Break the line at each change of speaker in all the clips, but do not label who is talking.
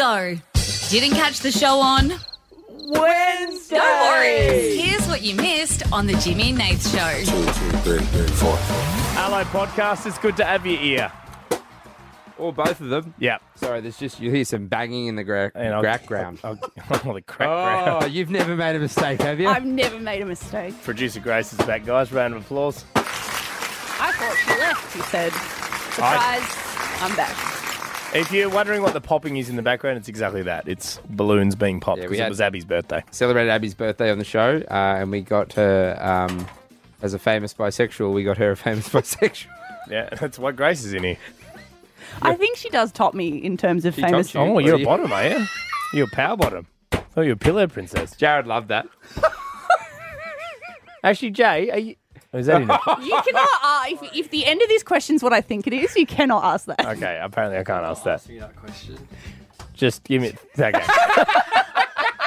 So, didn't catch the show on?
Wednesday.
No worries. Here's what you missed on the Jimmy and Nath show.
Two, two, three, three, four.
Hello, podcast. It's good to have you here.
Or both of them.
Yeah.
Sorry, there's just you hear some banging in the gra-
And I'll-
background.
I'll- I'll- the crack
Oh, you've never made a mistake, have you?
I've never made a mistake.
Producer Grace is back, guys. Round of applause.
I thought she left. She said, "Surprise, I'm back."
If you're wondering what the popping is in the background, it's exactly that. It's balloons being popped
Yeah, we
because it
had-
was Abby's birthday.
Celebrated Abby's birthday on the show, uh, and we got her um, as a famous bisexual. We got her a famous bisexual.
Yeah, that's why Grace is in here.
I think she does top me in terms of
She
famous.
tops you.
Oh, you're a
you-
bottom, are you? You're a power bottom. Oh, you're a pillow princess.
Jared loved that. Actually, Jay, are you,
Oh, Is that in it?
You cannot. Uh, if, if the end of this question's what I think it is, you cannot ask that.
Okay, apparently I can't ask that.
question.
Just give me. Okay.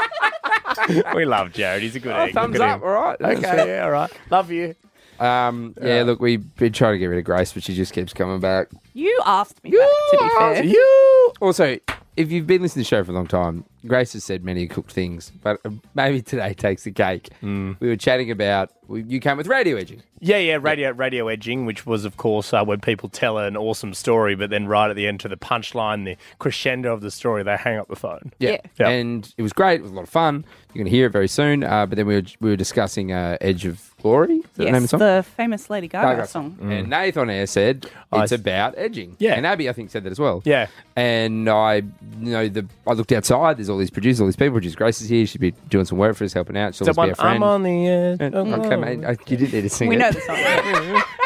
we love Jared. He's a good egg. Look
Oh, thumbs
at
up.
him.
All right. Okay.
Yeah, all right. Love you.
Um, yeah, look, we've been trying to get rid of Grace, but she just keeps coming back.
You asked me that. To be fair,
You. Also, if you've been listening to the show for a long time, Grace has said many cooked things, but uh, maybe today takes the cake.
Hmm.
We were chatting about we, you came with radio edging.
Yeah, yeah, radio radio edging, which was, of course, uh, when people tell an awesome story, but then right at the end to the punchline, the crescendo of the story, they hang up the phone.
Yeah.
Yeah.
and it was great. It was a lot of fun. You're going to hear it very soon. Uh, but then we were we were discussing uh, Edge of Glory. Is that the
yes,
name of the song?
famous Lady
Gaga
Gaga,
song.
song. Mm.
And Nath on air said
Hmm. I
it's
s-
about edging.
Yeah.
and Abby I think said that as well.
Yeah.
and I you know the I looked outside. There's all these producers, all these people. Just Grace is here. She'd be doing some work for us, helping out. She'll always
Someone,
be a friend.
I'm on the edge.
And- Oh, okay, mate. I, you didn't need to sing
We
it.
know the song.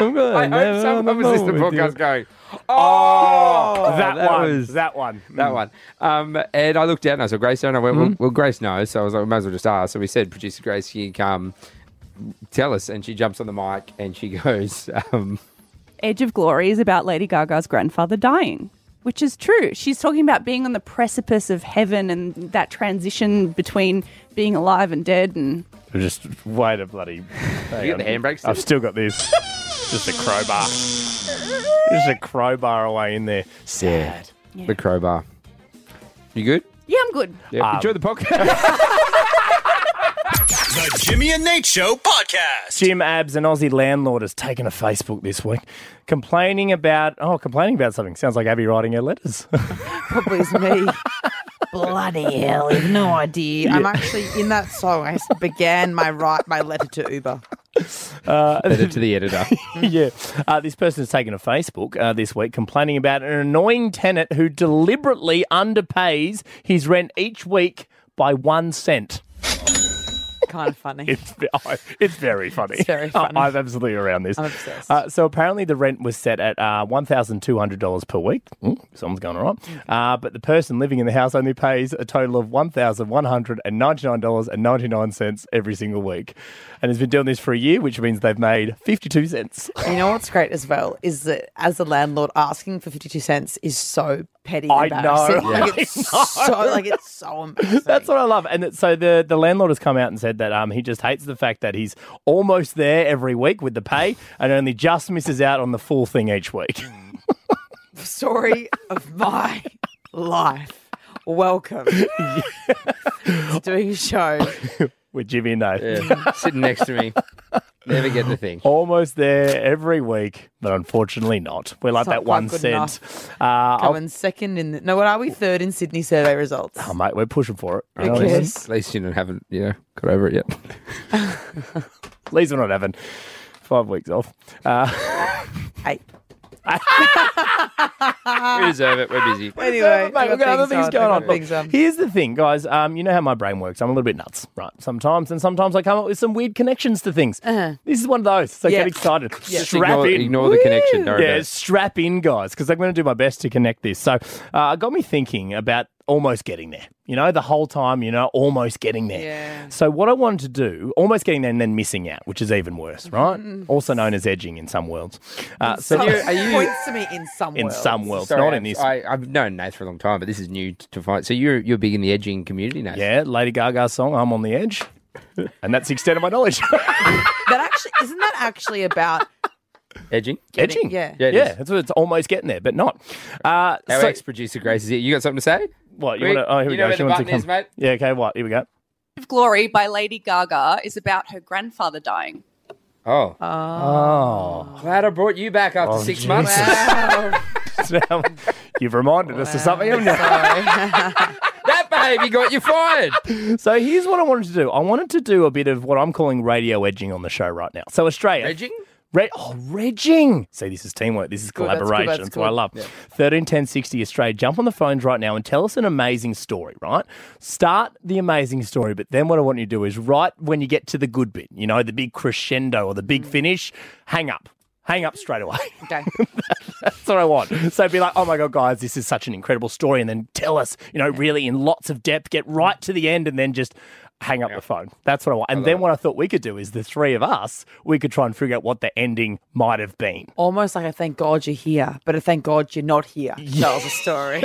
I'm gonna
I hope
never
someone was listening to the
know with you.
podcast going, oh,
That, one.
was-
that one.
that one. Um, and I looked out and I saw Grace there and I went, well, well, Grace knows. So I was like, we might as well just ask. So we said, producer Grace, you come tell us. And she jumps on the mic and she goes, um,
Edge of Glory is about Lady Gaga's grandfather dying, which is true. She's talking about being on the precipice of heaven and that transition between being alive and dead. And
Just wait a bloody.
you got the handbrakes?
I've still got this. Just a crowbar. Just a crowbar away in there. Sad.
the crowbar. You good?
yeah, I'm good.
Yeah. Enjoy the podcast.
The Jimmy and Nate Show podcast.
Jim Abs, an Aussie landlord, has taken to Facebook this week, complaining about oh, complaining about something. Sounds like Abby writing her letters.
probably is me. Bloody hell, you've no idea. I'm actually in that song. I s- began my write my letter to Uber.
Edit to the editor.
yeah, uh, this person has taken to Facebook uh, this week, complaining about an annoying tenant who deliberately underpays his rent each week by one cent.
Kind of funny.
It's ve- oh, it's very funny. It's
very funny.
I'm absolutely around this. I'm
obsessed.
Uh, so apparently the rent was set at uh, one thousand two hundred dollars per week. Mm, someone's going all right. Uh, but the person living in the house only pays a total of one thousand one hundred and ninety nine dollars and ninety nine cents every single week, and has been doing this for a year, which means they've made fifty two cents.
You know what's great as well is that as a landlord, asking for 52 cents is so petty.
I
and
know,
embarrassing.
I
Like it's so like it's so embarrassing.
That's what I love. And it- so the, the landlord has come out and said that um, he just hates the fact that he's almost there every week with the pay and only just misses out on the full thing each week.
story of my life. Welcome to doing a show.
with Jimmy and Nath.
Yeah. Sitting next to me. Never get the thing.
Almost there every week, but unfortunately not. We're like
It's
that
not
one
quite good
cent. Uh, I'll-
Come in second in the, no, what are we? Third in Sydney survey results.
oh, mate, we're pushing for it. You know
At
what I mean?
Okay.
least, at least you don't haven't, you know, got over it yet.
At least we're not having five weeks off.
Eight.
we deserve it. Ah. We're busy.
Anyway,
Mate, we've got other things going on.
I've got
Look,
things on.
Here's the thing, guys. Um, you know how my brain works. I'm a little bit nuts, right? Sometimes, and sometimes I come up with some weird connections to things. This is one of those. So
Yeah.
get excited.
Just
Strap
ignore,
in.
ignore the connection. Don't worry about
Yeah,
it.
strap in, guys, because I'm going to do my best to connect this. So, uh, it got me thinking about almost getting there. You know, the whole time, you know, almost getting there.
Yeah.
So, what I wanted to do, almost getting there and then missing out, which is even worse, right? Also known as edging Mm-hmm. in some worlds. Uh, so,
Someone
are you-
points to me in some
in
worlds.
some worlds,
Sorry,
not in
Abs,
this.
I, I've known Nath for a long time, but this is new t- to find. So you're you're big in the edging community, Nath.
yeah, Lady Gaga's song, I'm on the edge. And that's the extent of my knowledge.
That actually isn't that actually about
edging.
Edging.
yeah.
Yeah, it
yeah
is.
that's what it's almost getting there, but not. Uh,
Our
so-
ex producer Grace is here. You got something to say?
What? You
Quick,
want to? Oh, here
you
we
know
go.
where
She
the
wants to
button is,
come.
mate?
Yeah. Okay. What? Here we go.
of Glory by Lady Gaga is about her grandfather dying.
Oh,
Uh,
Oh,
glad I brought you back after
Oh,
six
Jesus.
months.
Oh, Now, you've reminded us of something, haven't you?
that baby got you fired.
So here's what I wanted to do. I wanted to do a bit of what I'm calling radio edging on the show right now. So Australia,
Edging?
Re- oh, regging. See, this is teamwork. This is
good, that's good,
collaboration. That's,
that's
what I
good.
love. Thirteen ten sixty Australia. Jump on the phones right now and tell us an amazing story. Right, start the amazing story, but then what I want you to do is right when you get to the good bit, you know, the big crescendo or the big
Mm.
finish, hang up. Hang up straight away.
Okay.
That's what I want. So be like, oh my God, guys, this is such an incredible story. And then tell us, you know, really in lots of depth, get right to the end and then just hang up the phone. That's what I want. And then what I thought we could do is the three of us, we could try and figure out what the ending might have been.
Almost like a thank God you're here, but a thank God you're not here. That was a story.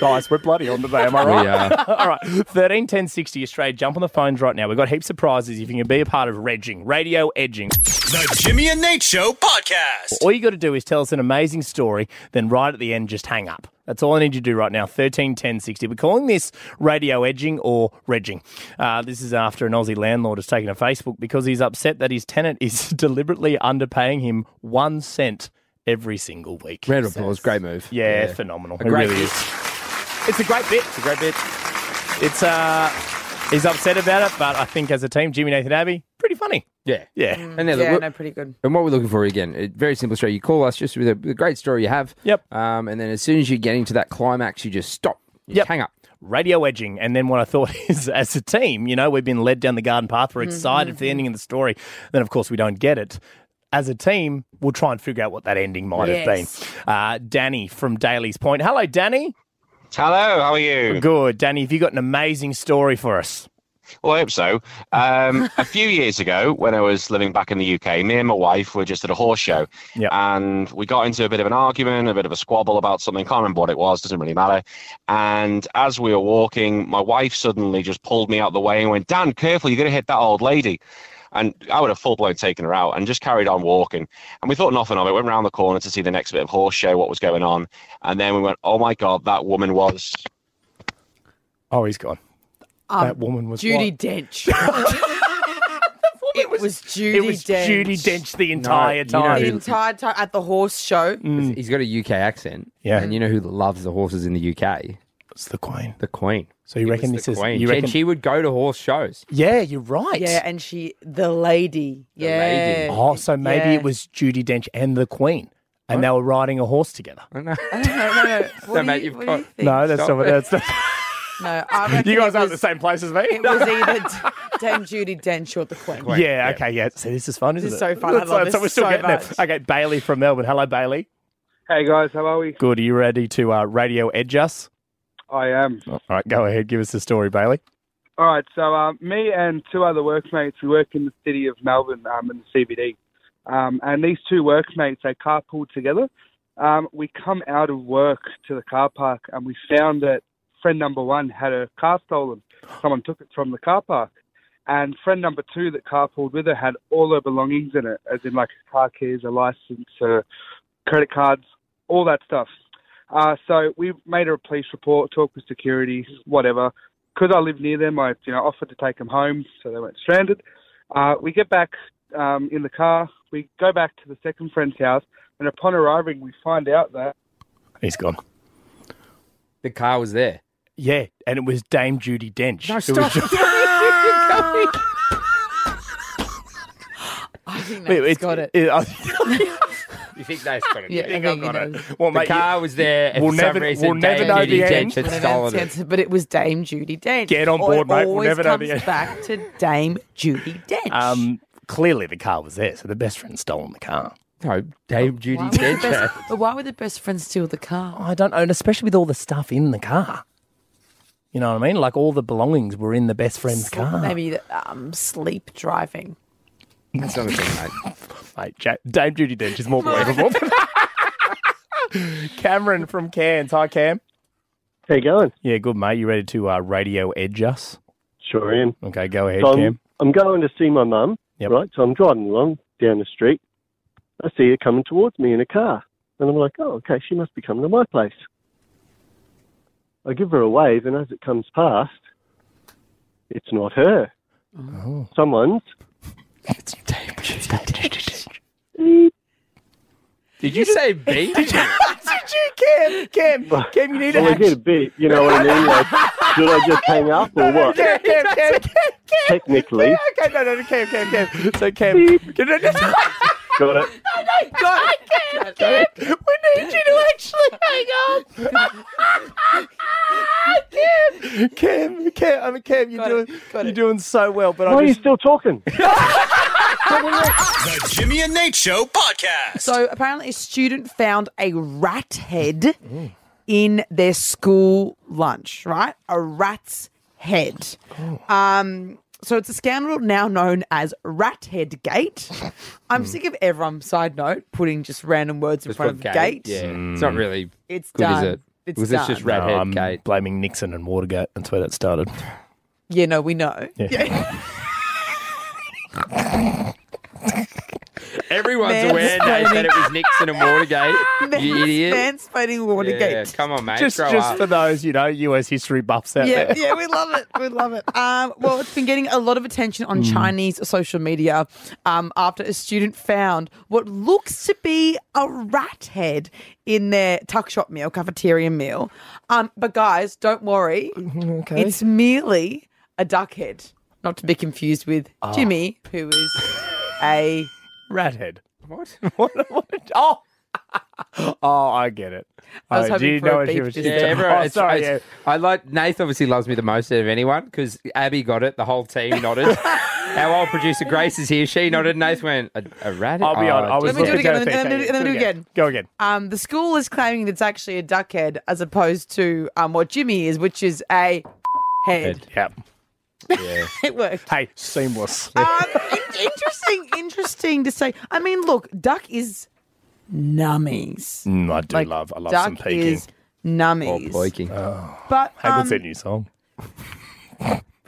Guys, we're bloody on today, am I right?
We are.
All right, 13 10 60 Australia, jump on the phones right now. We've got heaps of prizes if you can be a part of Regging, Radio Edging.
The Jimmy and Nate Show podcast.
All you got to do is tell us an amazing story, then right at the end, just hang up. That's all I need you to do right now. Thirteen ten sixty. We're calling this radio edging or regging. Uh, this is after an Aussie landlord has taken to Facebook because he's upset that his tenant is deliberately underpaying him one cent every single week.
Round of applause. Great move.
Yeah, phenomenal.
A
It
great
really
bit.
is. It's a great bit. It's a great bit. It's uh, he's upset about it, but I think as a team, Jimmy Nathan Abbey, pretty funny.
Yeah.
Yeah.
And then
Mm, yeah,
look,
no, pretty good.
And what we're looking for again, a very simple story. You call us just with a, with a great story you have.
Yep.
Um, and then as soon as you're getting to that climax, you just stop. You
Yep.
Hang up.
radio edging. And then what I thought is, as a team, you know, we've been led down the garden path. We're excited for the ending of the story. Then, of course, we don't get it. As a team, we'll try and figure out what that ending might
Yes.
have been. Uh, Danny from Daly's Point. Hello, Danny.
Hello, how are you?
Good. Danny, have you got an amazing story for us?
Well, I hope so. Um, a few years ago, when I was living back in the UK, me and my wife were just at a horse show,
Yeah.
and we got into a bit of an argument, a bit of a squabble about something. Can't remember what it was. Doesn't really matter. And as we were walking, my wife suddenly just pulled me out the way and went, "Dan, careful! You're going to hit that old lady." And I would have full blown taken her out and just carried on walking. And we thought nothing of it. Went round the corner to see the next bit of horse show, what was going on, and then we went, "Oh my god, that woman was."
Oh, he's gone. that woman was
Judy
what?
Dench. it was Judy
It was
Dench.
Judy Dench the entire
you know
time.
The
who-
entire time at the horse show.
Mm.
He's got a UK accent.
Yeah.
And you know who loves the horses in the UK?
It's the Queen.
The Queen.
So you
It
reckon
was
this
the
is?
Queen.
You
And
reckon?
she would go to horse shows.
Yeah, you're right.
Yeah, and she, the lady. yeah.
lady.
Oh, so maybe
Yeah.
it was Judy Dench and the Queen, and they were riding a horse together.
I know.
No, no, no. What do
mate,
you-
you've
what do
got-
you think?
No, that's
Stop
not what
it.
that's. Not,
No, I reckon
you guys
it
aren't the
was-
same place as me.
It was either Dame Judy Dench or the Queen.
yeah, okay, yeah. See, this is fun, isn't
is
it?
so fun. I
That's
love
right.
this
so we're still
so
getting
much.
there. Okay, Bailey from Melbourne. Hello, Bailey.
Hey guys, how are we?
Good. Are you ready to uh, radio edge us?
I um, am.
All right, go ahead. Give us the story, Bailey.
All right, so um, me and two other workmates, we work in the city of Melbourne um, in the CBD. Um, and these two workmates, they carpooled together. Um, we come out of work to the car park and we found that friend number one had her car stolen. Someone took it from the car park. And friend number two that carpooled with her had all her belongings in it, as in like her car keys, her license, her credit cards, all that stuff. Uh, so we made a police report, talked with security, whatever because I live near them, I you know offered to take them home so they weren't stranded. Uh, we get back um, in the car. We go back to the second friend's house, and upon arriving, we find out that
He's gone.
The car was there.
Yeah, and it was Dame Judy Dench. No,
stop.
I think Nate's got it.
You think that's got
Yeah, I think he knows.
well,
The
mate, you-
car was there. And
We'll
for
never-
some reason,
we'll never
Dame
know
Judi
the end.
Dench had
Well,
stolen
that's-
it.
But it was Dame Judy Dench.
Get on
Or
board, mate.
It
We'll
always
never know
comes
the end.
back to Dame Judy Dench.
um, clearly the car was there, so the best friend stolen the car.
No, Dame Judy
Why would the
Dench. had-
best- but why would the best friend steal the car?
I don't own, especially with all the stuff in the car. You know what I mean? Like all the belongings were in the best friend's car.
Maybe um, sleep driving.
That's not a thing, mate.
Mate, Ja- Dame Judy Dench is more believable. Cameron from Cairns. Hi, Cam.
How you going?
Yeah, good, mate. You ready to uh, radio edge us?
Sure, Ian.
Okay, go ahead,
So
Cam.
I'm, I'm going to see my mum,
Yep.
right? So I'm driving along down the street. I see her coming towards me in a car. And I'm like, oh, okay, she must be coming to my place. I give her a wave, and as it comes past, it's not her. Someone's.
Did you say beep?
Cam, Cam, Cam, you need to
Well, I did a
action.
bit, you know what I mean? Like, should I just hang up or what?
Cam, Cam, Cam, Cam, Cam.
Technically,
Okay, no, no, no, Cam, Cam, Cam. So, Cam, can I just...
got it.
God, Cam, Cam, we need you to actually hang up. Cam, Cam, Cam, I mean, Cam, you're doing, you're doing so well, but
Why are
I
you
just...
still talking?
The Jimmy and Nate Show podcast.
So apparently, a student found a rat head in their school lunch. Right, a rat's head. Um, so it's a scandal now known as Rat Head Gate. I'm sick of everyone. Side note, putting just random words in
Hmm. Just
front
put
of the
gate.
gate.
Yeah, it's not really.
It's
good,
done.
is it?
It's
was
done.
this just redhead
I'm
Kate?
Um, blaming Nixon and Watergate. That's where that started.
Yeah, no, we know.
Everyone's
Man's
aware Nate, that it was Nixon and Watergate. you idiot.
Mansplaining
Yeah,
Watergate.
come on, mate.
Just,
grow
just
up.
for those, you know, US history buffs out
yeah,
there.
yeah, we love it. We love it. Um, well, it's been getting a lot of attention on Chinese social media um, after a student found what looks to be a rat head in their tuck shop meal, cafeteria meal. Um, but guys, don't worry. It's merely a duck head, not to be confused with Jimmy, who is a.
Rathead.
What?
What, what, oh. oh, I get it.
I was
oh, do
hoping
you
for
know
a
what she
beep
was
just
just-
then.
Yeah, everyone,
oh,
it's,
sorry.
it's- I like Nath. Obviously, loves me the most out of anyone because Abby got it. The whole team nodded. Our old producer Grace is here. She nodded. Nath went a, a rat.
yeah. I'll be
oh,
on. I was
Let me do it
looking
again,
at
let me-
the
let me
thing.
do- let me do it again.
Go again.
Um, the school is claiming that it's actually a duck head as opposed to um, what Jimmy is, which is a head.
Yep.
It worked.
Hey, seamless.
Um, in- interesting, interesting to say. I mean, look, duck is nummies.
Mm, I do
Like,
love. I love some Oh,
duck
peeking.
is nummies.
Boyking.
but
Hey,
um,
what's that new song?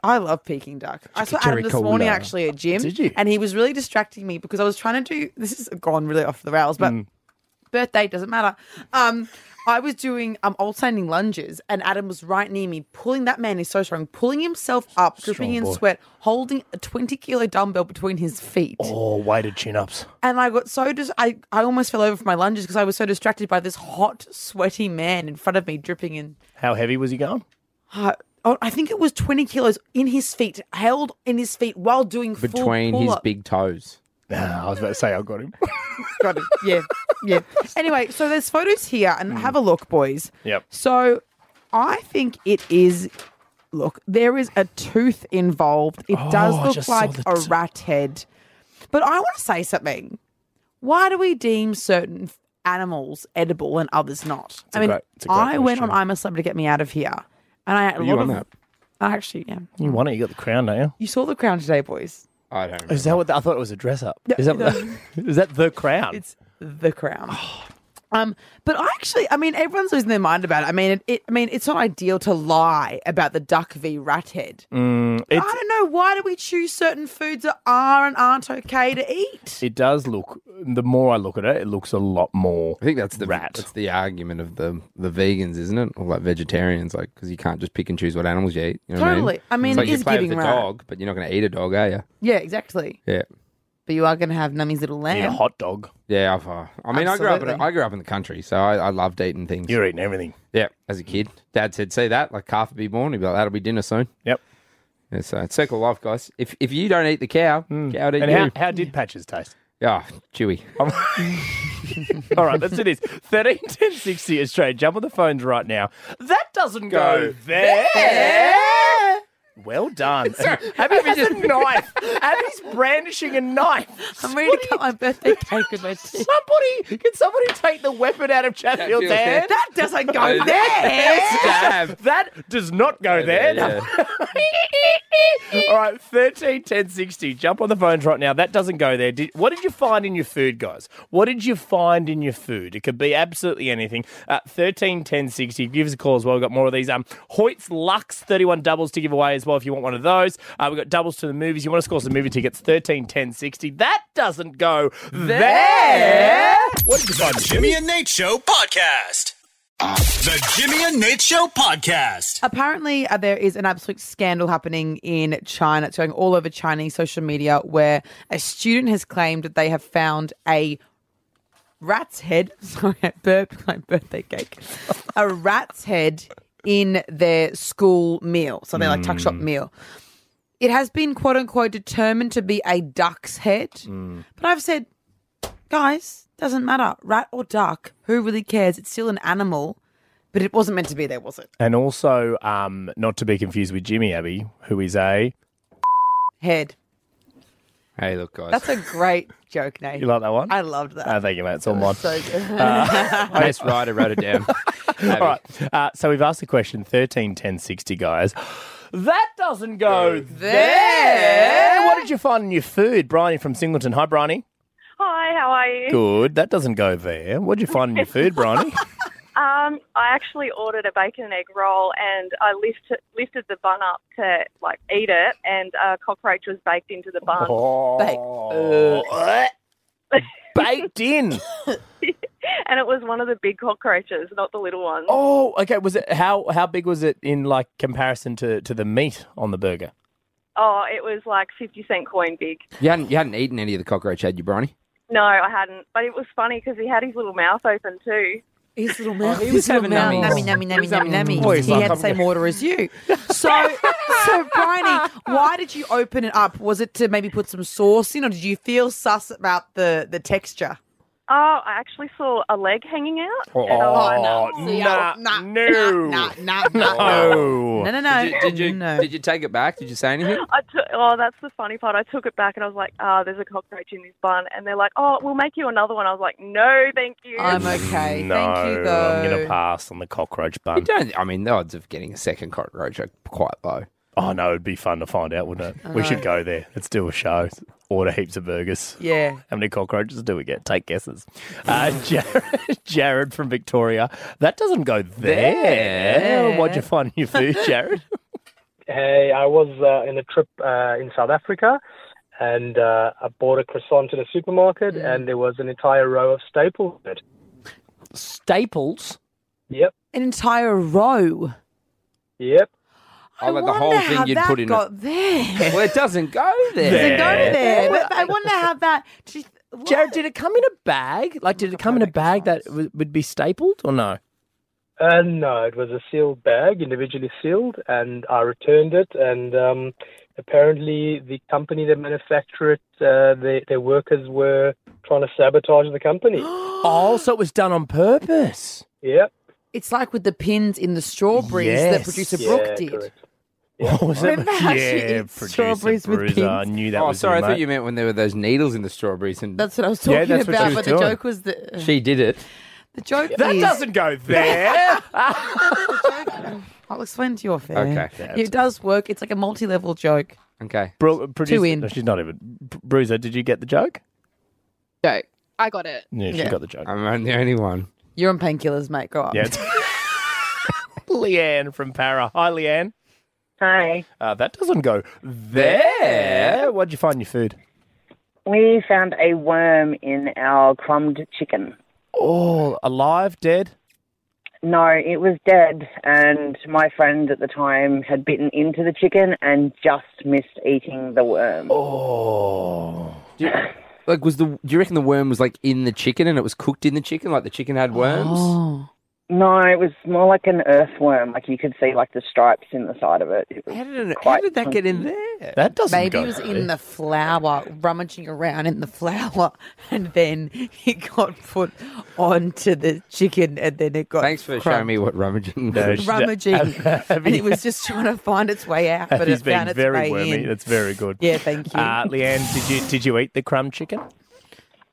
I love peeking duck. I saw Adam this
Jericho
morning
Love.
actually at gym.
Did you?
And he was really distracting me because I was trying to do this is gone really off the rails, but
Mm.
birthday doesn't matter. Um I was doing um alternating lunges and Adam was right near me, pulling that man is so strong, pulling himself up, dripping in
boy.
sweat, holding a twenty kilo dumbbell between his feet.
Oh, weighted chin ups.
And I got so dis- I, I almost fell over from my lunges because I was so distracted by this hot, sweaty man in front of me dripping in
How heavy was he going?
uh, oh, I think it was 20 kilos in his feet, held in his feet while doing full
between his
pull-up.
big toes.
Ah, I was about to say I got him.
Got it. Yeah, yeah. anyway, so there's photos here,
Hmm.
and have a look, boys.
Yep.
So I think it is. Look, there is a tooth involved. It does
Oh, I
look
just
like
saw
a
the t-
rat head. But I want to say something. Why do we deem certain f- animals edible and others not? I mean,
great- it's a great
I went on
question.
I'm a Celebrity to get me out of here, and I had a
you
lot
on
of.
that?
I actually am.
You won it. You got the crown, don't you?
You saw the crown today, boys.
I don't.
Is that what the, I thought it was a dress up? Is that is that the crown?
It's the crown.
Oh.
Um, but I actually, I mean, everyone's losing their mind about it. I mean, it, it I mean, it's not ideal to lie about the duck v rat head. I
Mm, It's-
don't know why do we choose certain foods that are and aren't okay to eat.
it does look. The more I look at it, it looks a lot more.
I think that's the
Rat.
That's the argument of the the vegans, isn't it? Or like vegetarians, like because you can't just pick and choose what animals you eat. You know what
Totally. I mean,
it's
it
like you
is
play
giving
with a
rat.
dog, but you're not going to eat a dog, are you?
Yeah, exactly.
Yeah,
But you are going to have Nummy's little lamb.
Eat a hot dog.
yeah. I've, uh, I mean, I grew up. In,
Absolutely.
I grew up in the country, so I, I loved eating things.
You're eating everything.
yeah, as a kid, Dad said, "See that? Like calf would be born. He'd be like, that'll be dinner soon."
Yep.
Yeah, so it's circle of life, guys. If if you don't eat the cow, cow would eat
And
you.
how, how did patches taste?
Yeah, chewy.
All right, let's do this. 13 10 60 Australia. Jump on the phones right now. That doesn't go, there. Well done. Abby has a knife. Abby's brandishing a knife.
I'm ready to cut my birthday cake with my teeth.
Somebody, can somebody take the weapon out of Chatfield's
Chatfield's
hand?
hand.
That doesn't go there.
Stab.
That does not go there.
yeah,
All right, 13 10 60. Jump on the phones right now. That doesn't go there. Did, what did you find in your food, guys? What did you find in your food? It could be absolutely anything. Uh, 13 10 60. Give us a call as well. We've got more of these. Um, Hoyt's Lux 31 doubles to give away as well if you want one of those. Uh, we've got doubles to the movies. You want to score some movie tickets? 13 10 60. That doesn't go there.
The Jimmy and Nate Show podcast. The Jimmy and Nate Show podcast.
Apparently, uh, there is an absolute scandal happening in China. It's going all over Chinese social media where a student has claimed that they have found a rat's head. Sorry, I burped my birthday cake. A rat's head in their school meal. So they're like tuck shop meal. It has been quote unquote determined to be a duck's head. But I've said, guys, doesn't matter. Rat or duck, who really cares? It's still an animal. But it wasn't meant to be there, was it?
And also, um, not to be confused with Jimmy Abbey, who is a.
Head.
Hey, look, guys.
That's a great joke, Nate.
You like that one?
I loved that.
Oh, thank you, mate. It's all mine.
so uh, good.
Best rider wrote it down.
All right. Uh, so we've asked the question 13, 10, 60, guys. That doesn't go there. What did you find in your food? Brian from Singleton. Hi, Bryony.
Hi, how are you?
Good. That doesn't go there. What did you find in your food, Bryony?
Um, I actually ordered a bacon and egg roll, and I lift, lifted the bun up to like eat it, and a cockroach was baked into the bun.
Oh. Baked in.
And it was one of the big cockroaches, not the little ones.
Oh, okay. Was it how how big was it in like comparison to, to the meat on the burger?
Oh, it was like fifty cent coin big.
You hadn't, you hadn't eaten any of the cockroach, had you, Bronny?
No, I hadn't, but it was funny because he had his little mouth open too.
His little mouth.
Oh, he was
His little
having
mouth.
nummies.
Nummy, nummy, nummy, nummy, nummy.
Oh, he's
he
like,
had the
I'm
same order as you. So, so Bryony, why did you open it up? Was it to maybe put some sauce in, or did you feel sus about the the texture?
Oh, I actually saw a leg hanging out.
Oh,
and I was like,
nah,
nah,
no.
nah, nah, nah,
No.
No, no, no.
Did you, did you,
no.
did you take it back? Did you say anything?
I took, oh, that's the funny part. I took it back and I was like, ah, there's a cockroach in this bun. And they're like, oh, we'll make you another one. I was like, no, thank you.
I'm okay.
No,
Thank you, though.
I'm gonna pass on the cockroach
You
bun.
don't. I mean, the odds of getting a second cockroach are quite low.
Oh no, it'd be fun to find out, wouldn't it? We should go there. Let's do a show. Order heaps of burgers.
Yeah.
How many cockroaches do we get? Take guesses. Uh, Jared, Jared from Victoria. That doesn't go there. What'd you find in your food, Jared?
Hey, I was uh, in a trip uh, in South Africa, and uh, I bought a croissant in a supermarket,
Mm.
and there was an entire row of staples. in it.
Staples.
Yep,
An entire row.
yep.
Oh, like the whole
wonder how
thing you'd
that
put in.
got
A,
there.
well, it doesn't go there.
Doesn't Yeah.
Go to there. But I wonder how that. She,
Jared, did it come in a bag? Like, did it come in a bag that w- would be stapled or no?
Uh, no, it was a sealed bag, individually sealed, and I returned it. And um, apparently, the company that manufactured it, uh, their, their workers were trying to sabotage the company.
Oh, so it was done on purpose.
yep.
It's like with the pins in the strawberries that
Yes.
producer
Yeah,
Brooke did.
correct.
Oh, was it?
Remember how she eats
producer
strawberries with
Bruiser. I
pins?
knew that
Oh,
was
sorry. I
you,
thought
mate.
you meant when there were those needles in the strawberries, and
That's what I was
Yeah,
talking
that's what she
about.
was
But
doing.
the joke was the
she did it.
the joke
That
is-
doesn't go there.
I'll explain to you off air.
Okay.
It does work. It's like a multi-level joke.
Okay.
Bru- producer,
in.
No, she's not even. Br- Bruiser, did you get the joke?
joke. I got it.
Yeah, she got the joke.
I'm not the only one.
You're on painkillers, mate. Go up.
Yeah. it's- Leanne from Para. Hi, Leanne.
Hi.
Uh, that doesn't go there. What'd you find in your food?
We found a worm in our crumbed chicken.
Oh, alive, dead.
No, it was dead, and my friend at the time had bitten into the chicken and just missed eating the worm.
Oh.
Do you, like, was the? Do you reckon the worm was like in the chicken, and it was cooked in the chicken? Like the chicken had worms.
Oh.
No, it was more like an earthworm. Like you could see, like the stripes in the side of it. It was
How did it, how
quite
did that get in
funky.
there?
That doesn't
Maybe
go
it was
there.
in the flour, rummaging around in the flour, and then it got put onto the chicken, and then it got.
Thanks for showing
crumbed.
me what rummaging.
No,
is.
she's-
Rummaging,
Have
and
you-
it was just trying to find its way out, but
He's
it
being
found its
very
way
wormy.
in.
That's very good.
Yeah, thank you.
Uh, Leanne, did you did you eat the crumb chicken?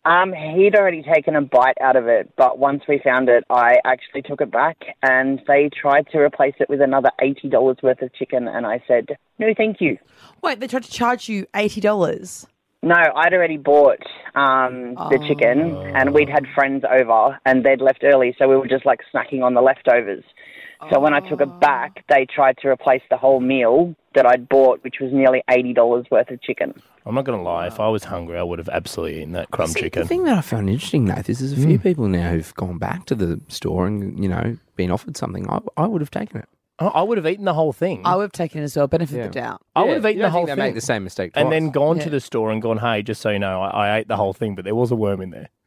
Um, he'd already taken a bite out of it, but once we found it, I actually took it back, and they tried to replace it with another eighty dollars worth of chicken, and I said no, thank you.
Wait, they tried to charge you eighty dollars.
No, I'd already bought um, the chicken, and we'd had friends over, and they'd left early, so we were just like snacking on the leftovers. So when I took it back, they tried to replace the whole meal that I'd bought, which was nearly eighty dollars worth of chicken.
I'm not going to lie. If I was hungry, I would have absolutely eaten that crumb chicken. Mm.
The thing that I found interesting, Nath, is there's a few people now who've gone back to the store and, you know, been offered something. I, I would have taken it.
I- I would have eaten the whole thing. I
would have taken it as well, benefit of the doubt.
I would have
Yeah,
eaten
you don't
the whole
think they
thing.
make the same mistake
and then
twice.
gone
Yeah.
to the store and gone, "Hey, just so you know, I, I ate the whole thing, but there was a worm in there.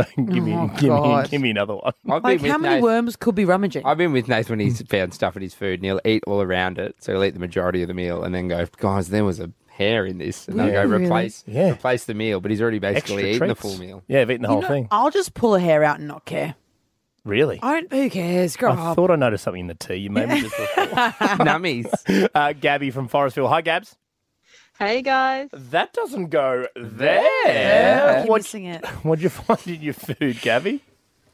So give me,
Oh,
give me,
God.
give me another one."
I've
Like,
been with
how many
Nath-
worms could be rummaging?
I've been with Nathan when he's found stuff in his food and he'll eat all around it. So he'll eat the majority of the meal and then go, guys, there was a hair in this. And they'll go,
Yeah, really?
replace
Yeah.
replace the meal. But he's already basically
Extra
eaten the
treats.
full meal.
Yeah, I've eaten the
You
whole
know,
thing.
I'll just pull a hair out and not care.
Really?
I don't. Who cares? Grow
I
up.
thought I noticed something in the tea you made me just before. Nummies. Uh, Gabby from Forestville. Hi, Gabs.
Hey guys.
That doesn't go there.
Keep
What,
missing it.
what'd you find in your food, Gabby?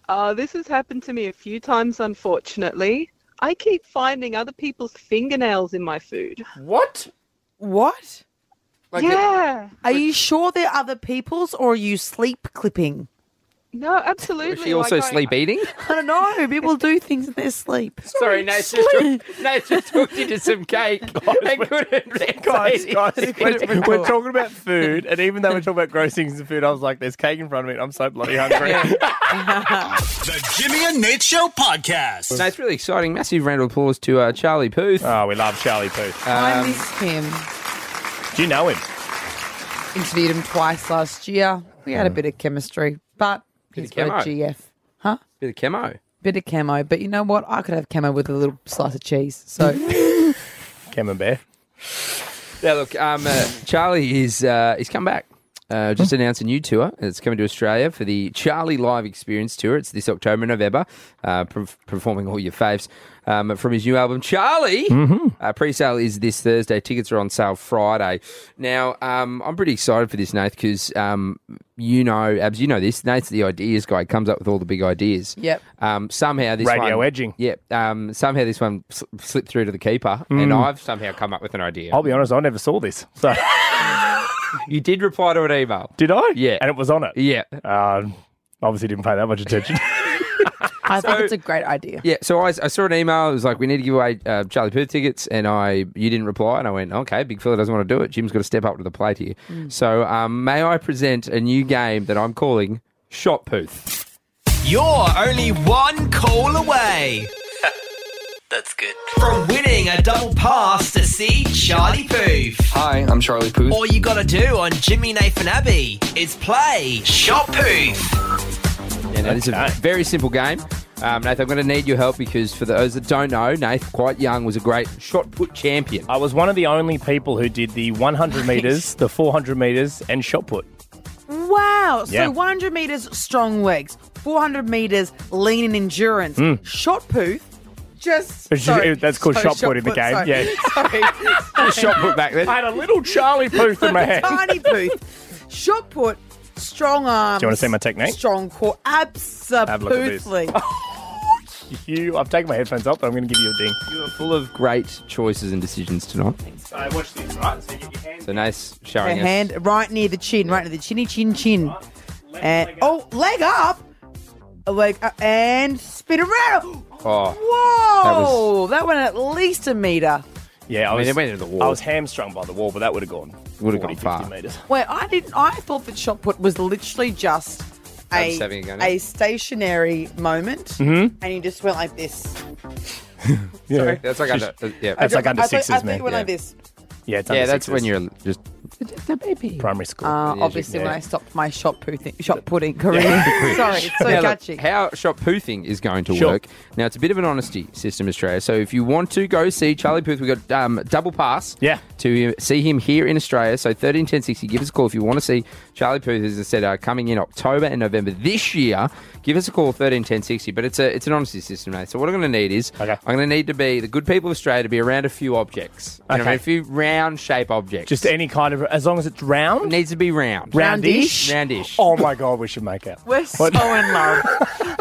Uh, this has happened to me a few times, unfortunately. I keep finding other people's fingernails in my food.
What?
What?
Like it- Yeah.
Are you sure they're other people's or are you sleep clipping?
No, absolutely.
She also
like I-
sleep eating?
I don't know. People do things in their sleep.
Sorry, Nate just, took, Nate just hooked into some cake. I couldn't.
Guys,
say-
guys,
couldn't
we're,
recall.
we're talking about food, and even though we're talking about gross things in food, I was like, "There's cake in front of me, and I'm so bloody hungry."
The Jimmy and Nate Show podcast.
No, it's really exciting. Massive round of applause to uh, Charlie Puth.
Oh, we love Charlie Puth.
Um,
I miss him.
Do you know him?
Interviewed him twice last year. We had a bit of chemistry, but
Hmm. Bit of
he's got a
chemo.
GF. Huh?
Bit of chemo.
Bit of camo, but you know what? I could have camo with a little slice of cheese. So
Camembert.
Now, look, um, uh, Charlie is uh, he's come back. Uh, just announced a new tour. It's coming to Australia for the Charlie Live Experience Tour. It's this October, November, uh, pre- performing all your faves um, from his new album, Charlie. Uh, pre-sale is this Thursday. Tickets are on sale Friday. Now, um, I'm pretty excited for this, Nath, because um, you know, Abs, you know this. Nate's the ideas guy. Comes up with all the big ideas.
Yep.
Um, somehow this
Radio
one,
edging.
Yep. Um, somehow this one sl- slipped through to the keeper, and
Mm.
I've somehow come up with an idea.
I'll be honest, I never saw this. So
You did reply to an email.
did I?
Yeah.
And it was on it.
Yeah.
Um, obviously, didn't pay that much attention.
I think it's a great idea.
Yeah, so I, I saw an email. It was like, we need to give away uh, Charlie Puth tickets, and I you didn't reply, and I went, okay, big fella doesn't want to do it. Jim's got to step up to the plate here. So um, may I present a new game that I'm calling Shot Puth?
You're only one call away. That's good. From winning a double pass to see Charlie Poof.
Hi, I'm Charlie Puth.
All you gotta do on Jimmy Nathan Abbey is play Shot Poof.
Yeah, now, this is a very simple game. Um, Nath, I'm going to need your help because for those that don't know, Nath, quite young, was a great shot put champion.
I was one of the only people who did the 100 meters, the 400 meters, and shot put.
Wow.
Yeah.
So 100 meters strong legs, 400 meters lean and endurance,
Mm.
shot put. Just
It's just-
sorry,
that's called
sorry,
shot put in the game,
sorry,
yeah.
sorry.
Shot put back then. I had a little Charlie Puth in my hand.
Tiny Puth. Shot put. Strong arms.
Do you wanna see my technique?
Strong core.
Have a look at this. Oh,
Absolutely.
You, I've taken my headphones off, but I'm going to give you a ding.
You are full of great choices and decisions tonight.
So watch this, right? So you get your hand.
So Nath's
Her
showing us.
hand right near the chin, right near the chinny chin chin. And oh, leg up. A Leg up and spin around.
Oh, that was-
Whoa! That, went at least a meter.
Yeah, I,
I mean,
was,
it went into the wall.
I was hamstrung by the wall, but that would have gone.
Would have gone
40,
far.
50 meters.
Wait, I didn't. I thought that shot put was literally just
I'm
a
just having a go now.
a stationary moment,
Mhm.
and you just went like this.
Yeah.
Sorry. That's like
Just-
under- yeah.
That's like
I
under
thought-
sixes,
I think
man.
it went
yeah.
like this.
Yeah, it's
Yeah,
under Um,
that's
sixes.
when you're just
primary school.
Uh, obviously, when I stopped my shot putting, shot putting career. Sorry, it's so
Now, look,
catchy.
how shop poothing is going to
Sure.
work. Now it's a bit of an honesty system, Australia. So if you want to go see Charlie Puth, we have got um, double pass. Yeah. To uh, see him here in Australia. So thirteen ten sixty. Give us a call if you want to see Charlie Puth. As I said, uh, coming in October and November this year. Give us a call thirteen ten sixty. But it's a it's an honesty system, mate. So what I'm going to need is I'm going to need to be the good people of Australia to be around a few objects. You know,
Okay.
a few round shape objects.
Just any kind of, as long as it's round. It
needs to be round.
Roundish?
Roundish.
Oh my God, we should make out.
We're so
What-
in love.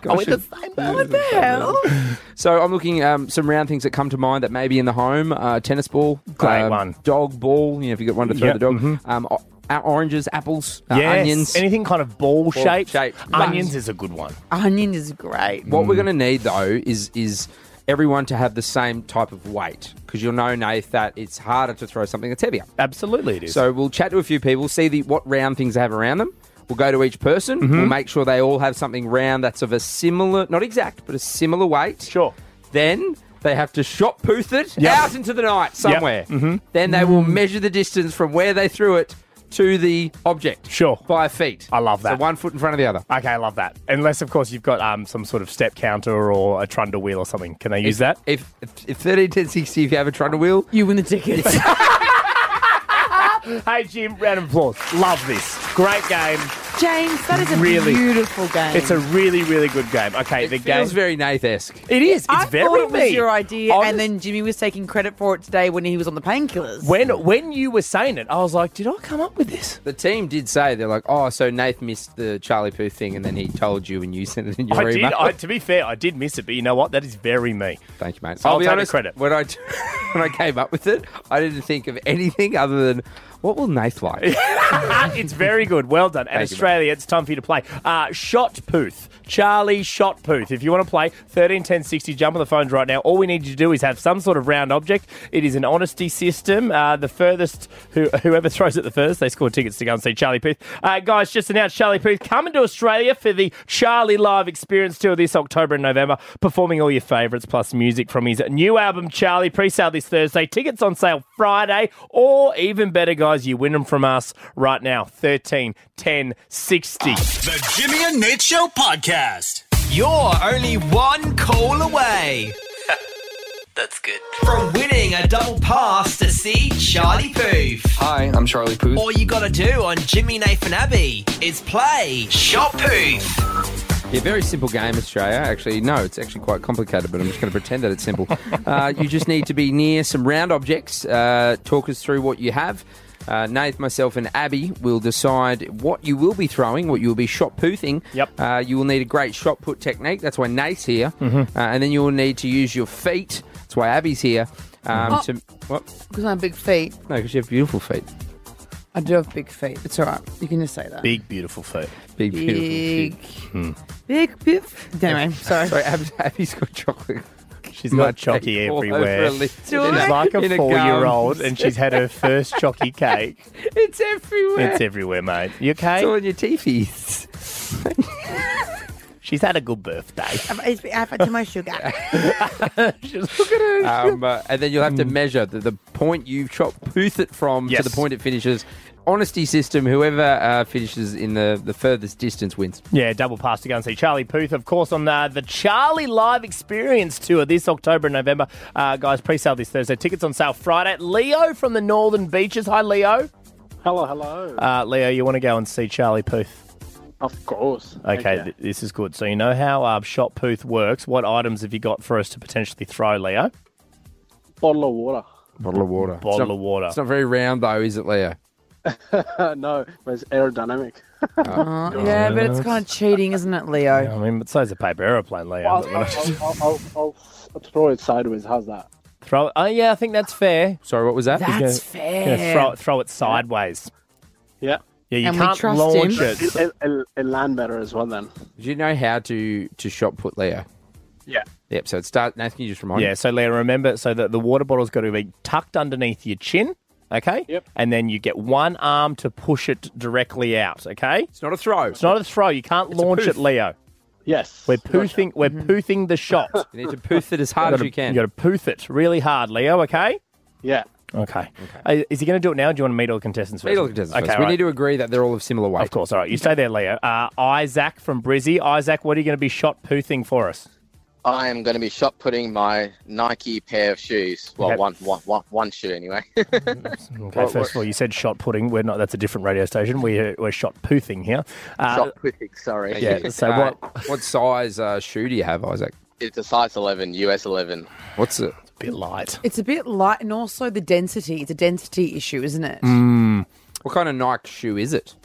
Gosh,
Are we the same? What the hell?
So I'm looking um, some round things that come to mind that may be in the home: uh, tennis ball,
Great
um,
one.
dog ball. You know, if you got one to throw
Yep,
the dog. Um, o- uh, oranges, apples, uh,
Yes,
onions,
anything kind of ball, shaped.
shaped.
Onions is a good one.
Onion is great.
What we're going to need though is is everyone to have the same type of weight because you'll know, Nath, that it's harder to throw something that's heavier.
Absolutely, it is.
So we'll chat to a few people, see the what round things they have around them. We'll go to each person.
Mm-hmm.
We'll make sure they all have something round that's of a similar, not exact, but a similar weight. Sure. Then they have to shot pooth it
Yep.
out into the night somewhere.
Mm-hmm.
Mhm.
Then they
Mm.
will measure the distance from where they threw it to the object. Sure. By feet. I love
that.
So one foot in front of the other.
Okay, I love that. Unless, of course, you've got um, some sort of step counter or a trundle wheel or something. Can they use
If-
that?
If, if, if 13, 10, 60, if you have a trundle wheel,
you win the ticket.
hey, Jim, round of applause. Love this. Great game.
James, that is a
Really.
beautiful game.
It's a really, really good game. Okay, the game
feels very Nath-esque.
It is. It's
I
very
thought it was
me.
your idea,
Honest-
and then Jimmy was taking credit for it today when he was on the painkillers.
When when you were saying it, I was like, did I come up with this?
The team did say they're like, oh, so Nath missed the Charlie Pooh thing, and then he told you, and you sent it in your
I
email.
did. I, to be fair, I did miss it, but you know what? That is very me.
Thank you, mate.
So I'll,
be
take
honest,
the credit.
When I when I came up with it, I didn't think of anything other than what will Nath like.
it's very good. Well done. And
Thank you, mate.
Australia, it's time for you to play. Uh, Shot Pooth. Charlie Shot Pooth. If you want to play 13, 10, 60, jump on the phones right now. All we need you to do is have some sort of round object. It is an honesty system. Uh, the furthest, who, whoever throws it the first, they score tickets to go and see Charlie Pooth. Uh, guys, just announced Charlie Pooth coming to Australia for the Charlie Live Experience Tour this October and November, performing all your favourites plus music from his new album, Charlie. Pre sale this Thursday. Tickets on sale Friday, or even better, guys, you win them from us right now 13, 10, 60.
The Jimmy and Nate Show podcast.
You're only one call away. That's good. From winning a double pass to see Charlie Poof.
Hi, I'm Charlie Puth.
All you gotta do on Jimmy Nathan Abbey is play Shot Poof.
Yeah, very simple game, Australia. Actually, no, it's actually quite complicated, but I'm just going to pretend that it's simple. Uh, you just need to be near some round objects. Uh, talk us through what you have. Uh, Nath, myself, and Abby will decide what you will be throwing, what you will be shot poothing. Yep. Uh, you will need a great shot put technique. That's why Nate's here.
Mhm.
Uh, and then you will need to use your feet. That's why Abby's here. Um,
Oh.
to, what?
Because I'm big feet.
No, because you have beautiful feet.
I do have big feet. It's all right. You can just say that.
Big, beautiful feet.
Big, beautiful feet.
Big. Big, big. Anyway, sorry.
Sorry, Abby, Abby's got chocolate.
She's got chocky everywhere. She's like a four year old, and she's had her first chocky cake.
It's everywhere.
It's everywhere, mate. You okay?
It's all in your teethies.
she's had a good birthday.
I've, it's- I've had too much sugar.
Um, uh, and then you'll have to measure the, the point you chop pooth it from
Hmm. Yes.
to the point it finishes. Honesty system, whoever uh, finishes in the, the furthest distance wins.
Yeah, double pass to go and see Charlie Puth, of course, on uh, the, the Charlie Live Experience Tour this October and November. Uh, guys, pre sale this Thursday. Tickets on sale Friday. Leo from the Northern Beaches. Hi, Leo.
Hello, hello.
Uh, Leo, you want to go and see Charlie Puth?
of course.
Okay, th- this is good. So, you know how uh, Shot Puth works. What items have you got for us to potentially throw, Leo?
Bottle of water.
Bottle of water.
Bottle of water.
It's not very round, though, is it, Leo?
Uh, no, but it's aerodynamic.
yeah, but it's kind of cheating, isn't it, Leo?
I mean, but so's a paper aeroplane, Leo.
I'll, I'll, I'll, I'll, I'll, I'll throw it sideways. How's that?
Throw. Oh yeah, I think that's fair.
Sorry, what was that?
He's gonna- gonna throw it, throw it sideways.
Yeah.
Yeah, you can't launch it.
It, it, it land better as well then.
Do you know how to, to shot put Leo?
Yeah.
Yep, so it starts. Nathan, you just remind
Yeah,
me.
so Leah, remember, so that the water bottle's got to be tucked underneath your chin, okay? Yep. And then you get one arm to push it directly out, okay? It's
not a throw.
It's not a throw. You can't launch
poof.
it, Leo.
Yes.
We're poothing. We're poothing the shot.
You need to pooth it Mm-hmm. as hard as
gotta-
you can.
You got to pooth it really hard, Leo. Okay.
Yeah.
Okay. Uh, Is he going to do it now? Or do you want to meet all the contestants first?
Meet all the contestants
Okay,
first.
all
We
right.
need to agree that they're all of similar weight.
Of course. All right. You stay there, Leo. Uh, Isaac from Brizzy. Isaac, what are you going to be shot poothing for us?
I am going to be shot putting my Nike pair of shoes. Well,
Okay.
one, one, one, one shoe anyway.
Okay, first of all, you said shot putting. We're not. That's a different radio station. We're, we're shot poothing here. Uh,
shot putting, sorry.
Yeah. So what?
what size uh, shoe do you have, Isaac?
It's a size 11, US 11.
What's it? It's
a bit light.
It's a bit light, and also the density. It's a density issue, isn't it?
What kind of Nike shoe is it?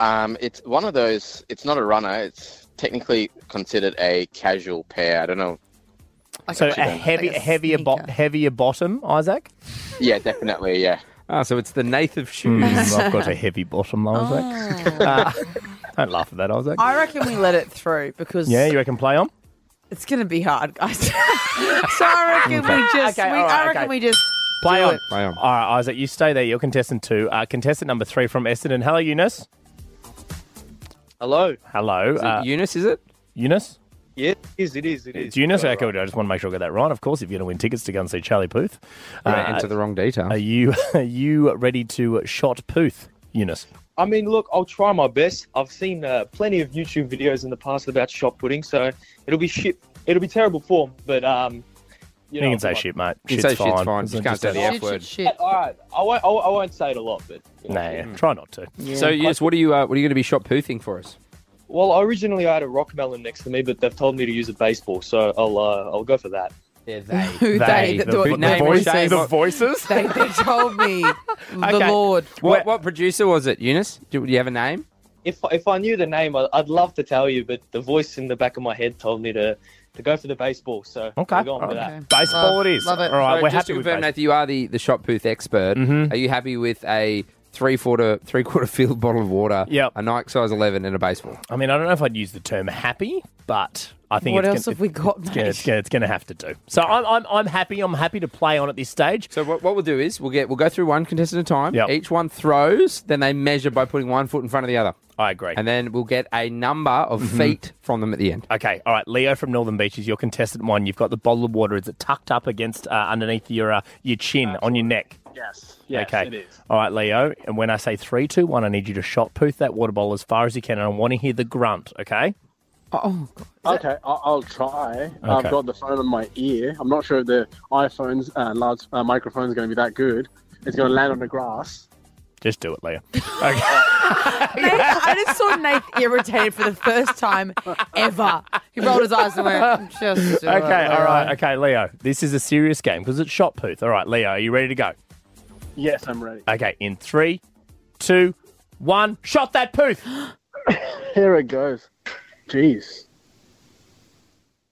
Um, it's one of those, it's not a runner. It's technically considered a casual pair. I don't know.
so a
Like a-
heavy, heavier, bo- heavier bottom, Isaac.
Yeah, definitely. Yeah.
Ah, so it's the Nath of shoes.
Mm, I've got a heavy bottom,
Ah.
Isaac. Uh, don't laugh at that, Isaac.
I reckon we let it through because
Yeah, you reckon play on?
It's going to be hard, guys. so I reckon we just.
Okay,
we,
all right,
I reckon
okay.
we just.
Play
do
on.
it.
Play on. All right, Isaac, you stay there. You're contestant two. Uh, contestant number three from Essendon. Hello, Eunice.
Hello.
Hello.
it
Eunice, is it? Eunice?
Yeah, it is. It is. It is.
It's Eunice. Okay, I just want to make sure I got that right. Of course, if you're going to win tickets to go and see Charlie Puth.
Yeah, enter
uh, the wrong detail. Are you, are you ready to shot Puth, Eunice?
I mean, look, I'll try my best. I've seen uh, plenty of YouTube videos in the past about shot putting, so it'll be shit. It'll be terrible form, but um, you,
You,
know,
can say
I'll-
shit, mate.
You
shit's
can say shit's
fine.
fine.
It's
You can't
just a-
say the F word.
All right, I won't, I won't- I won't say it a lot, but
Mm.
Nah, try not to.
So, yes, what are you? Uh, what are you going to be shot poofing for us?
well, originally I had a rock melon next to me, but they've told me to use a baseball, so I'll uh, I'll go for that.
Yeah, they.
Who they? that do it.
voices.
They, they told me. The
Okay.
Lord.
What, what producer was it, Eunice? Do, do you have a name?
If if I knew the name, I- I'd love to tell you, but the voice in the back of my head told me to to go for the baseball, so
Okay.
we're going for
Okay.
that.
Baseball it is. All right,
So
we're
just
happy
to
with Mm-hmm.
confirm,
base-
Nathan, you are the, the shot booth expert. Are you happy with a three quarter three quarter filled bottle of water? Yep. A Nike size eleven and a baseball.
I mean, I don't know if I'd use the term happy, but I think
What
it's
else
gonna,
have we got,
It's gonna, it's gonna- it's gonna have to do. So I'm, I'm, I'm happy. I'm happy to play on at this stage.
So what, what we'll do is we'll get we'll go through one contestant at a time. Each one throws, then they measure by putting one foot in front of the other.
I agree.
And then we'll get a number of
Mhm.
feet from them at the end.
Okay, all right. Leo from Northern Beaches, your contestant one. You've got the bottle of water. Is it tucked up against uh, underneath your uh, your chin on your neck?
Yes.
okay. All right, Leo. And when I say three, two, one, I need you to shot poof that water bottle as far as you can, and I want to hear the grunt. Okay.
Oh,
Okay, I- I'll try. I've
Okay.
got the phone in my ear. I'm not sure if the iPhone's uh, large uh, microphone's going to be that good. It's going to land on the grass.
Just do it, Leo.
Nate, I just saw Nate irritated for the first time ever. He rolled his eyes and went, just. do it,
okay, all
Leo."
right. Okay, Leo. This is a serious game because it's shot poof. All right, Leo. Are you ready to go?
Yes, I'm ready.
Okay, in three, two, one, shot that poof.
Here it goes. Jeez.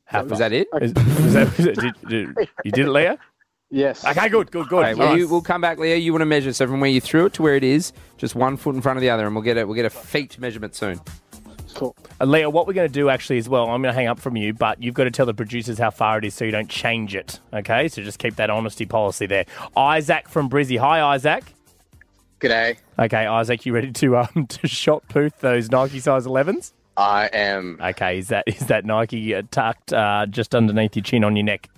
How
was that it?
Is, was that, was it did, did- you did it, Leo?
Yes.
Okay, good, good, good.
Okay, well, you, we'll come back, Leo. You want to measure so from where you threw it to where it is, just one foot in front of the other, and we'll get a we'll get a feet measurement soon.
Cool.
Uh, Leo, what we're going to do actually as well, I'm going to hang up from you, but you've got to tell the producers how far it is so you don't change it. Okay, so just keep that honesty policy there. Isaac from Brizzy. Hi, Isaac.
G'day.
Okay, Isaac, you ready to um to shot poof those Nike size 11s?
I am.
Okay, is that is that Nike uh, tucked uh, just underneath your chin on your neck?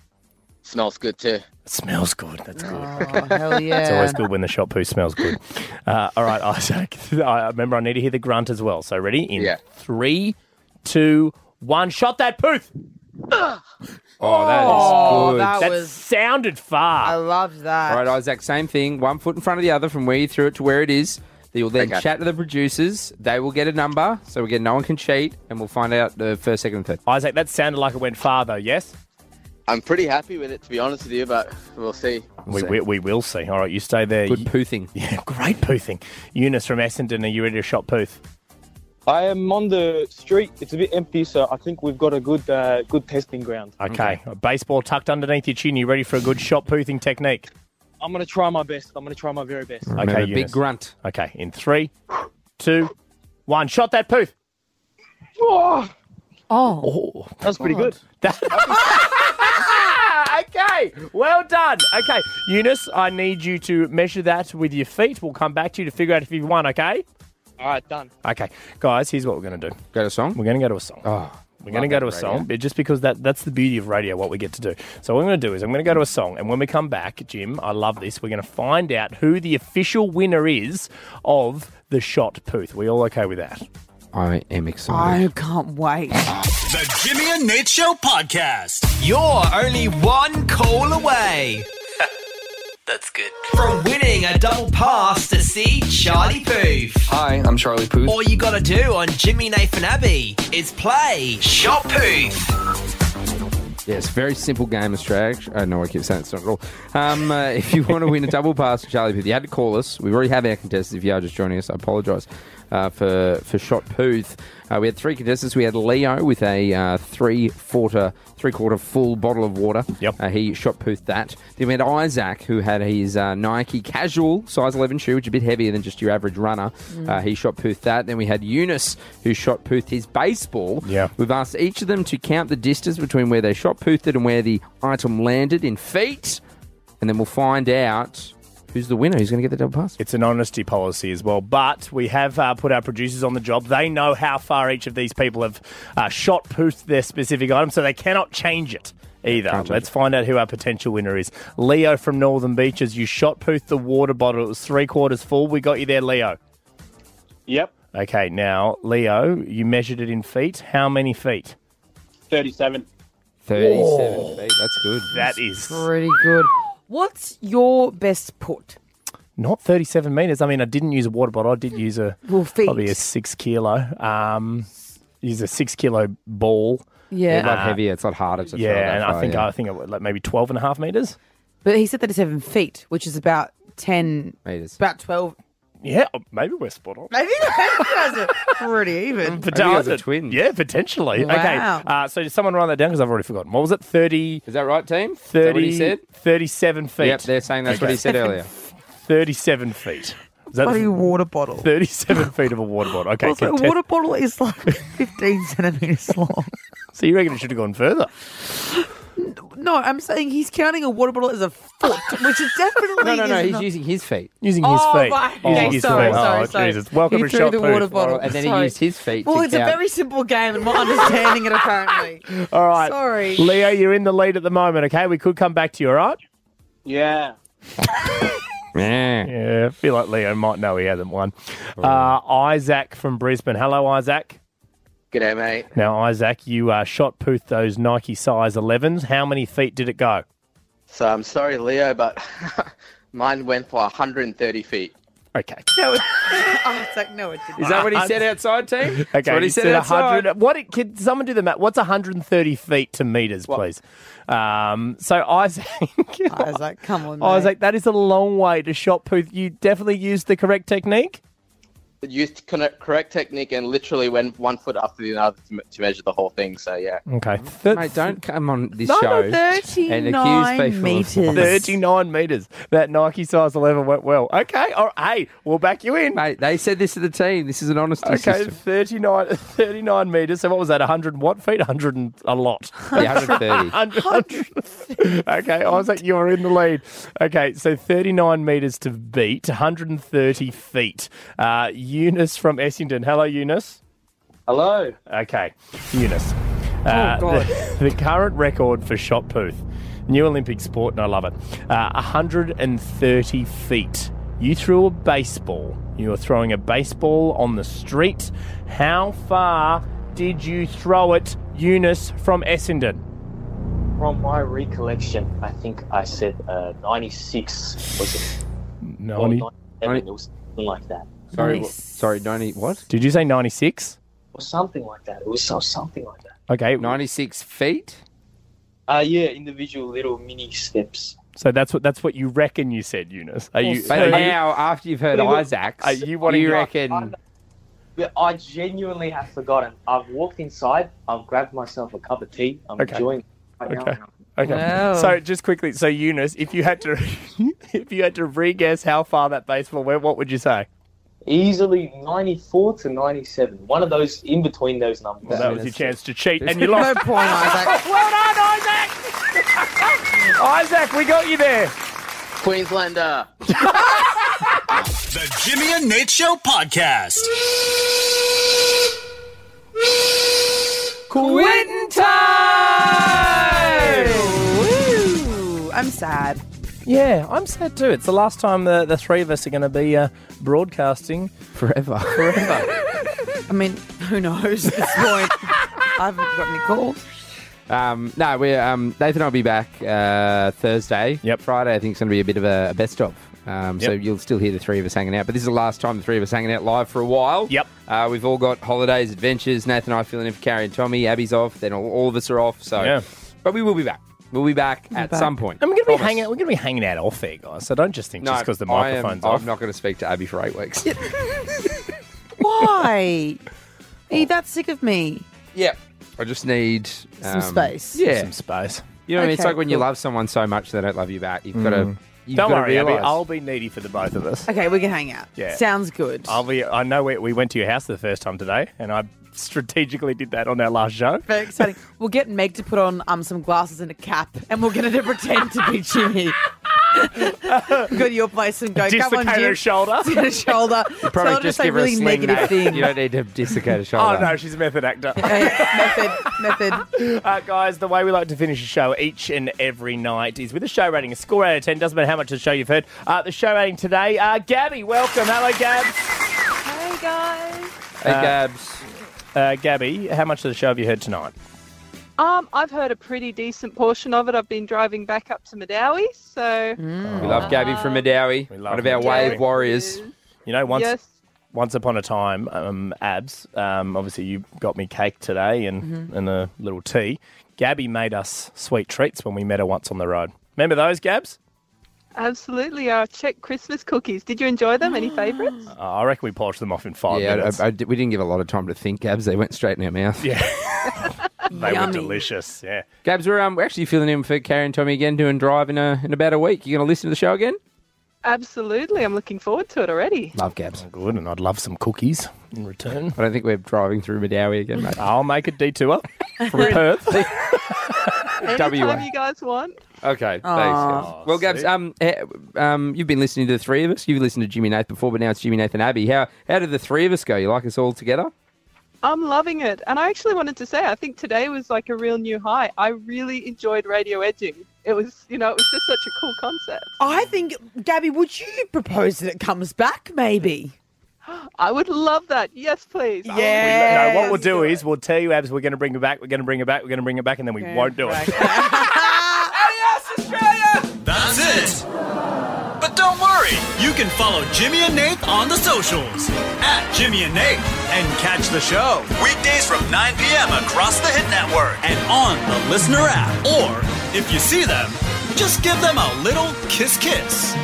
Smells good too.
Smells good. That's good.
Oh, hell yeah.
It's always good when the shot poo smells good. Uh, all right, Isaac. I remember I need to hear the grunt as well. So ready? In
Yeah.
three, two, one. Shot that poof.
Oh, that is
Oh,
good.
that
That
was-
sounded far.
I loved that.
All right, Isaac, same thing. One foot in front of the other from where you threw it to where it is. You'll then
Okay.
chat to the producers. They will get a number. So again, no one can cheat, and we'll find out the first, second, and third.
Isaac, that sounded like it went far, though, yes?
I'm pretty happy with it, to be honest with you, but we'll see.
We, we, we will see. All right, you stay there. Good
poothing.
Yeah, great poothing. Eunice from Essendon, are you ready to shot pooth?
I am on the street. It's a bit empty, so I think we've got a good uh, good testing ground.
Okay. Baseball tucked underneath your chin. You ready for a good shot poothing technique?
I'm gonna try my best. I'm gonna try my very best.
okay, Eunice.
grunt.
Okay, in three, two, one. Shot that poof.
Oh,
Oh,
that's pretty good.
okay, well done. Okay, Eunice, I need you to measure that with your feet. We'll come back to you to figure out if you've won, okay?
All right, done.
Okay, guys, here's what we're going to do.
Go to a song?
We're going to go to a song.
Oh,
We're going to go to a song, but just because that, that's the beauty of radio, what we get to do. So, what I'm going to do is, I'm going to go to a song, and when we come back, Jim, I love this, we're going to find out who the official winner is of the shot pooth. We all okay with that?
I am excited.
I can't wait.
The Jimmy and Nate Show podcast.
You're only one call away. That's good. From winning a double pass to see Charlie Poof.
Hi, I'm Charlie Puth.
All you gotta do on Jimmy Nathan Abbey is play Shot Poof.
Yes, very simple game, Australia. Actu- Uh, no, I keep saying it's not at all. Um, uh, if you want to win a double pass to Charlie Pith, you had to call us. We already have our contestants. If you are just joining us, I apologise. uh, for for Shot Puth. Uh, we had three contestants. We had Leo with a uh, three quarter three quarter full bottle of water. Yep. Uh, he shot Puth that. Then we had Isaac who had his uh, Nike casual size 11 shoe, which is a bit heavier than just your average runner.
Mm.
Uh, he shot Puth that. Then we had Eunice who shot Puth his baseball. Yeah. We've asked each of them to count the distance between where they shot Puth it and where the item landed in feet, and then we'll find out who's the winner. Who's going to get the double pass?
It's an honesty policy as well. But we have uh, put our producers on the job. They know how far each of these people have uh, shot poofed their specific item, so they cannot change it. Either. Let's find out who our potential winner is. Leo from Northern Beaches, you shot poofed the water bottle. It was three quarters full. We got you there, Leo.
Yep.
Okay, now, Leo, you measured it in feet. How many feet?
37.
37
Whoa.
feet. That's good.
That is
pretty good. What's your best put?
Not 37 metres. I mean, I didn't use a water bottle. I did use a
Well, feet.
probably a six kilo. Um, use a six kilo ball.
Yeah. It's a lot
heavier. It's a lot harder to throw
Yeah,
that
and
far,
I think
yeah.
I think it was like maybe 12 and a half metres.
But he said 37 feet, which is about 10
meters.
About 12.
Yeah,
oh,
maybe we're spot on.
Maybe you guys are pretty even.
twins. uh, Yeah, potentially.
Wow.
Okay. Uh, so did someone write that down because I've already forgotten. What was it? 30.
Is that right, team?
30,
what he said?
37 feet.
Yep, they're saying that's what he said earlier.
37 feet. Is that
Bloody water bottle.
37 feet of a water bottle. Okay,
Also,
contest-
a water bottle is like 15 centimeters long.
so you reckon it should have gone further?
No, I'm saying he's counting a water bottle as a foot, which is definitely.
No, no, no.
is
He's
not-
using his feet.
Using
his Oh, feet. right. Using Okay, his sorry, feet. sorry,
Oh, sorry. Jesus. Welcome
he
to
threw
Shot
the
Put.
water bottle, and then
Sorry.
he used his feet.
Well,
to
it's a
count.
very simple game, and we're understanding it apparently.
All right.
Sorry.
Leo, you're in the lead at the moment, okay? We could come back to you, all right?
Yeah.
Yeah.
Yeah, I feel like Leo might know he hasn't won. Uh, Isaac from Brisbane. Hello, Isaac.
G'day, mate.
Now, Isaac, you uh, shot pooth those Nike size 11s. How many feet did it go?
So I'm sorry, Leo, but mine went for 130 feet.
Okay.
No, it- oh, it's like, no, it didn't.
Is that what he said
outside, team?
Okay, What it, could someone do the math? What's 130 feet to meters, please? Um, so Isaac,
Isaac, come
Oh,
on,
Isaac, that is a long way to shot pooth. You definitely used the correct technique.
Used correct, correct technique and literally went one foot after the other to, me- to measure the whole thing. So yeah.
Okay.
Mate, don't come on this
No, no,
show. and accuse
39
people of-
meters.
39 metres. That Nike size 11 went well. Okay. All right. Hey, we'll back you in.
Mate, they said this to the team. This is an honesty
Okay,
system.
39, 39 metres. So what was that, 100 what feet? 100 and a lot.
Yeah, 130.
100, 100. okay, Isaac, you're in the lead. Okay, so 39 metres to beat, 130 feet. Uh, Eunice from Essendon. Hello, Eunice.
Hello.
Okay, Eunice. Uh,
God.
The, the current record for shot pooth, new Olympic sport, and I love it. Uh, 130 feet. You threw a baseball. You were throwing a baseball on the street. How far did you throw it, Eunice from Essendon?
From my recollection, I think I said uh, 96 was it? Or
90.
97, it was something like that.
Sorry, wh- sorry, 90, what?
Did you say 96?
Or something like that. It was so- something like that.
Okay.
96 feet?
Uh, yeah, individual little mini steps.
So that's what that's what you reckon you said, Eunice. Are you?
But
are you-
now, after you've heard
Are you-
Isaac's,
are you wanting
you
to-
reckon...
But I genuinely have forgotten. I've walked inside, I've grabbed myself a cup of tea, I'm
Okay.
enjoying it right
Okay.
now.
Okay.
Wow.
So just quickly, so Eunice, if you had to, if you had to re-guess how far that baseball went, what would you say?
Easily 94 to 97. One of those in between those numbers.
Well, that was your chance to cheat, and you lost.
well done, Isaac.
Isaac, we got you there.
Queenslander. the Jimmy and Nate Show podcast.
Quentin time! Woo! I'm sad.
Yeah, I'm sad too. It's the last time the, the three of us are going to be uh, broadcasting
forever.
Forever.
I mean, who knows at this point? I haven't got any calls.
Um, no, we're um, Nathan. I'll be back uh, Thursday. Yep. Friday, I think it's going to be a bit of a, a best of. Um, So
Yep.
you'll still hear the three of us hanging out, but this is the last time the three of us hanging out live for a while. Yep. Uh, we've all got holidays, adventures. Nathan and I filling in for Carrie and Tommy. Abby's off. Then all, all of us are off. So,
Yeah.
Oh, but we will be back. We'll be back
We'll be
at
back.
some point.
And we're going to be
Promise.
hanging. We're going to be hanging out off air, guys. So don't just think just because the
I am-
microphone's
I'm
off.
not going to speak to Abby for eight weeks.
Why? Are you that sick of me?
Yeah. I just need
Some space.
um, Yeah,
Some
space.
You know, what I mean? it's
Okay,
like when you
cool.
love someone so much they don't love you back. You've got
Mm.
to. You've
Don't
gotta
worry, Abby.
realise.
I'll be needy for the both of us.
Okay, we can hang out.
Yeah.
Sounds good.
I'll be. I know Uh, we, we went to your house the first time today, and I strategically did that on our last show.
Very exciting. we'll get Meg to put on um, some glasses and a cap, and we'll get her to pretend to be Jimmy. go to your place and go. Come on,
Dislocate
Jim."
her shoulder.
her shoulder.
You
Tell
probably
her to
just
say
give her
really
a sling,
negative
mate.
things.
You don't need to dislocate a
Oh
shoulder.
no, she's a method actor.
method,
method. Uh, guys, the way we like to finish a show each and every night is with a show rating, a score out of ten. Doesn't matter how much of the show you've heard. Uh, the show rating today, uh, Gabby, welcome. Hello, Gab.
Hey guys.
Hey, Gabs. Uh, Gabby, how much of the show have you heard tonight?
Um, I've heard a pretty decent portion of it. I've been driving back up to Madawi, so
Mm.
We love Gabby from Madawi.
We
One of our wave warriors.
You know, once
Yes.
once upon a time, um, abs. Um, obviously, you got me cake today and
Mhm.
and a little tea. Gabby made us sweet treats when we met her once on the road. Remember those, Gabs?
absolutely. Our Czech Christmas cookies. Did you enjoy them? Any favourites?
Uh, I reckon we polished them off in five
yeah,
minutes.
Oh, I, I, di- we didn't give a lot of time to think, Gabs. They went straight in our mouth.
Yeah. they were delicious. Yeah.
Gabs, we're, um, we're actually filling in for Carrie and Tommy again, doing drive in, a, in about a week. You going to listen to the show again?
Absolutely. I'm looking forward to it already.
Love Gabs.
Oh, Good, and I'd love some cookies in return.
I don't think we're driving through Madawi again, mate.
I'll make a detour from Perth.
Anytime
WA.
you guys want.
Okay, thanks,
Aw.
Gabs. Well, Gabs, um, eh, um, you've been listening to the three of us. You've listened to Jimmy Nath before, but now it's Jimmy Nath and Abby. How how did the three of us go? You like us all together?
I'm loving it. And I actually wanted to say, I think today was like a real new high. I really enjoyed radio edging. It was, you know, it was just such a cool concept.
I think, Gabby, would you propose that it comes back? Maybe.
I would love that. Yes, please. I would
No, what
love
we'll do is we'll tell you, Abs, we're going to bring it back, we're going to bring it back, we're going to bring it back, and then we won't do it.
That's it. But don't worry, you can follow Jimmy and Nate on the socials at Jimmy and Nate and catch the show weekdays from 9 p.m. across the Hit Network and on the Listener app. Or if you see them, just give them a little kiss kiss.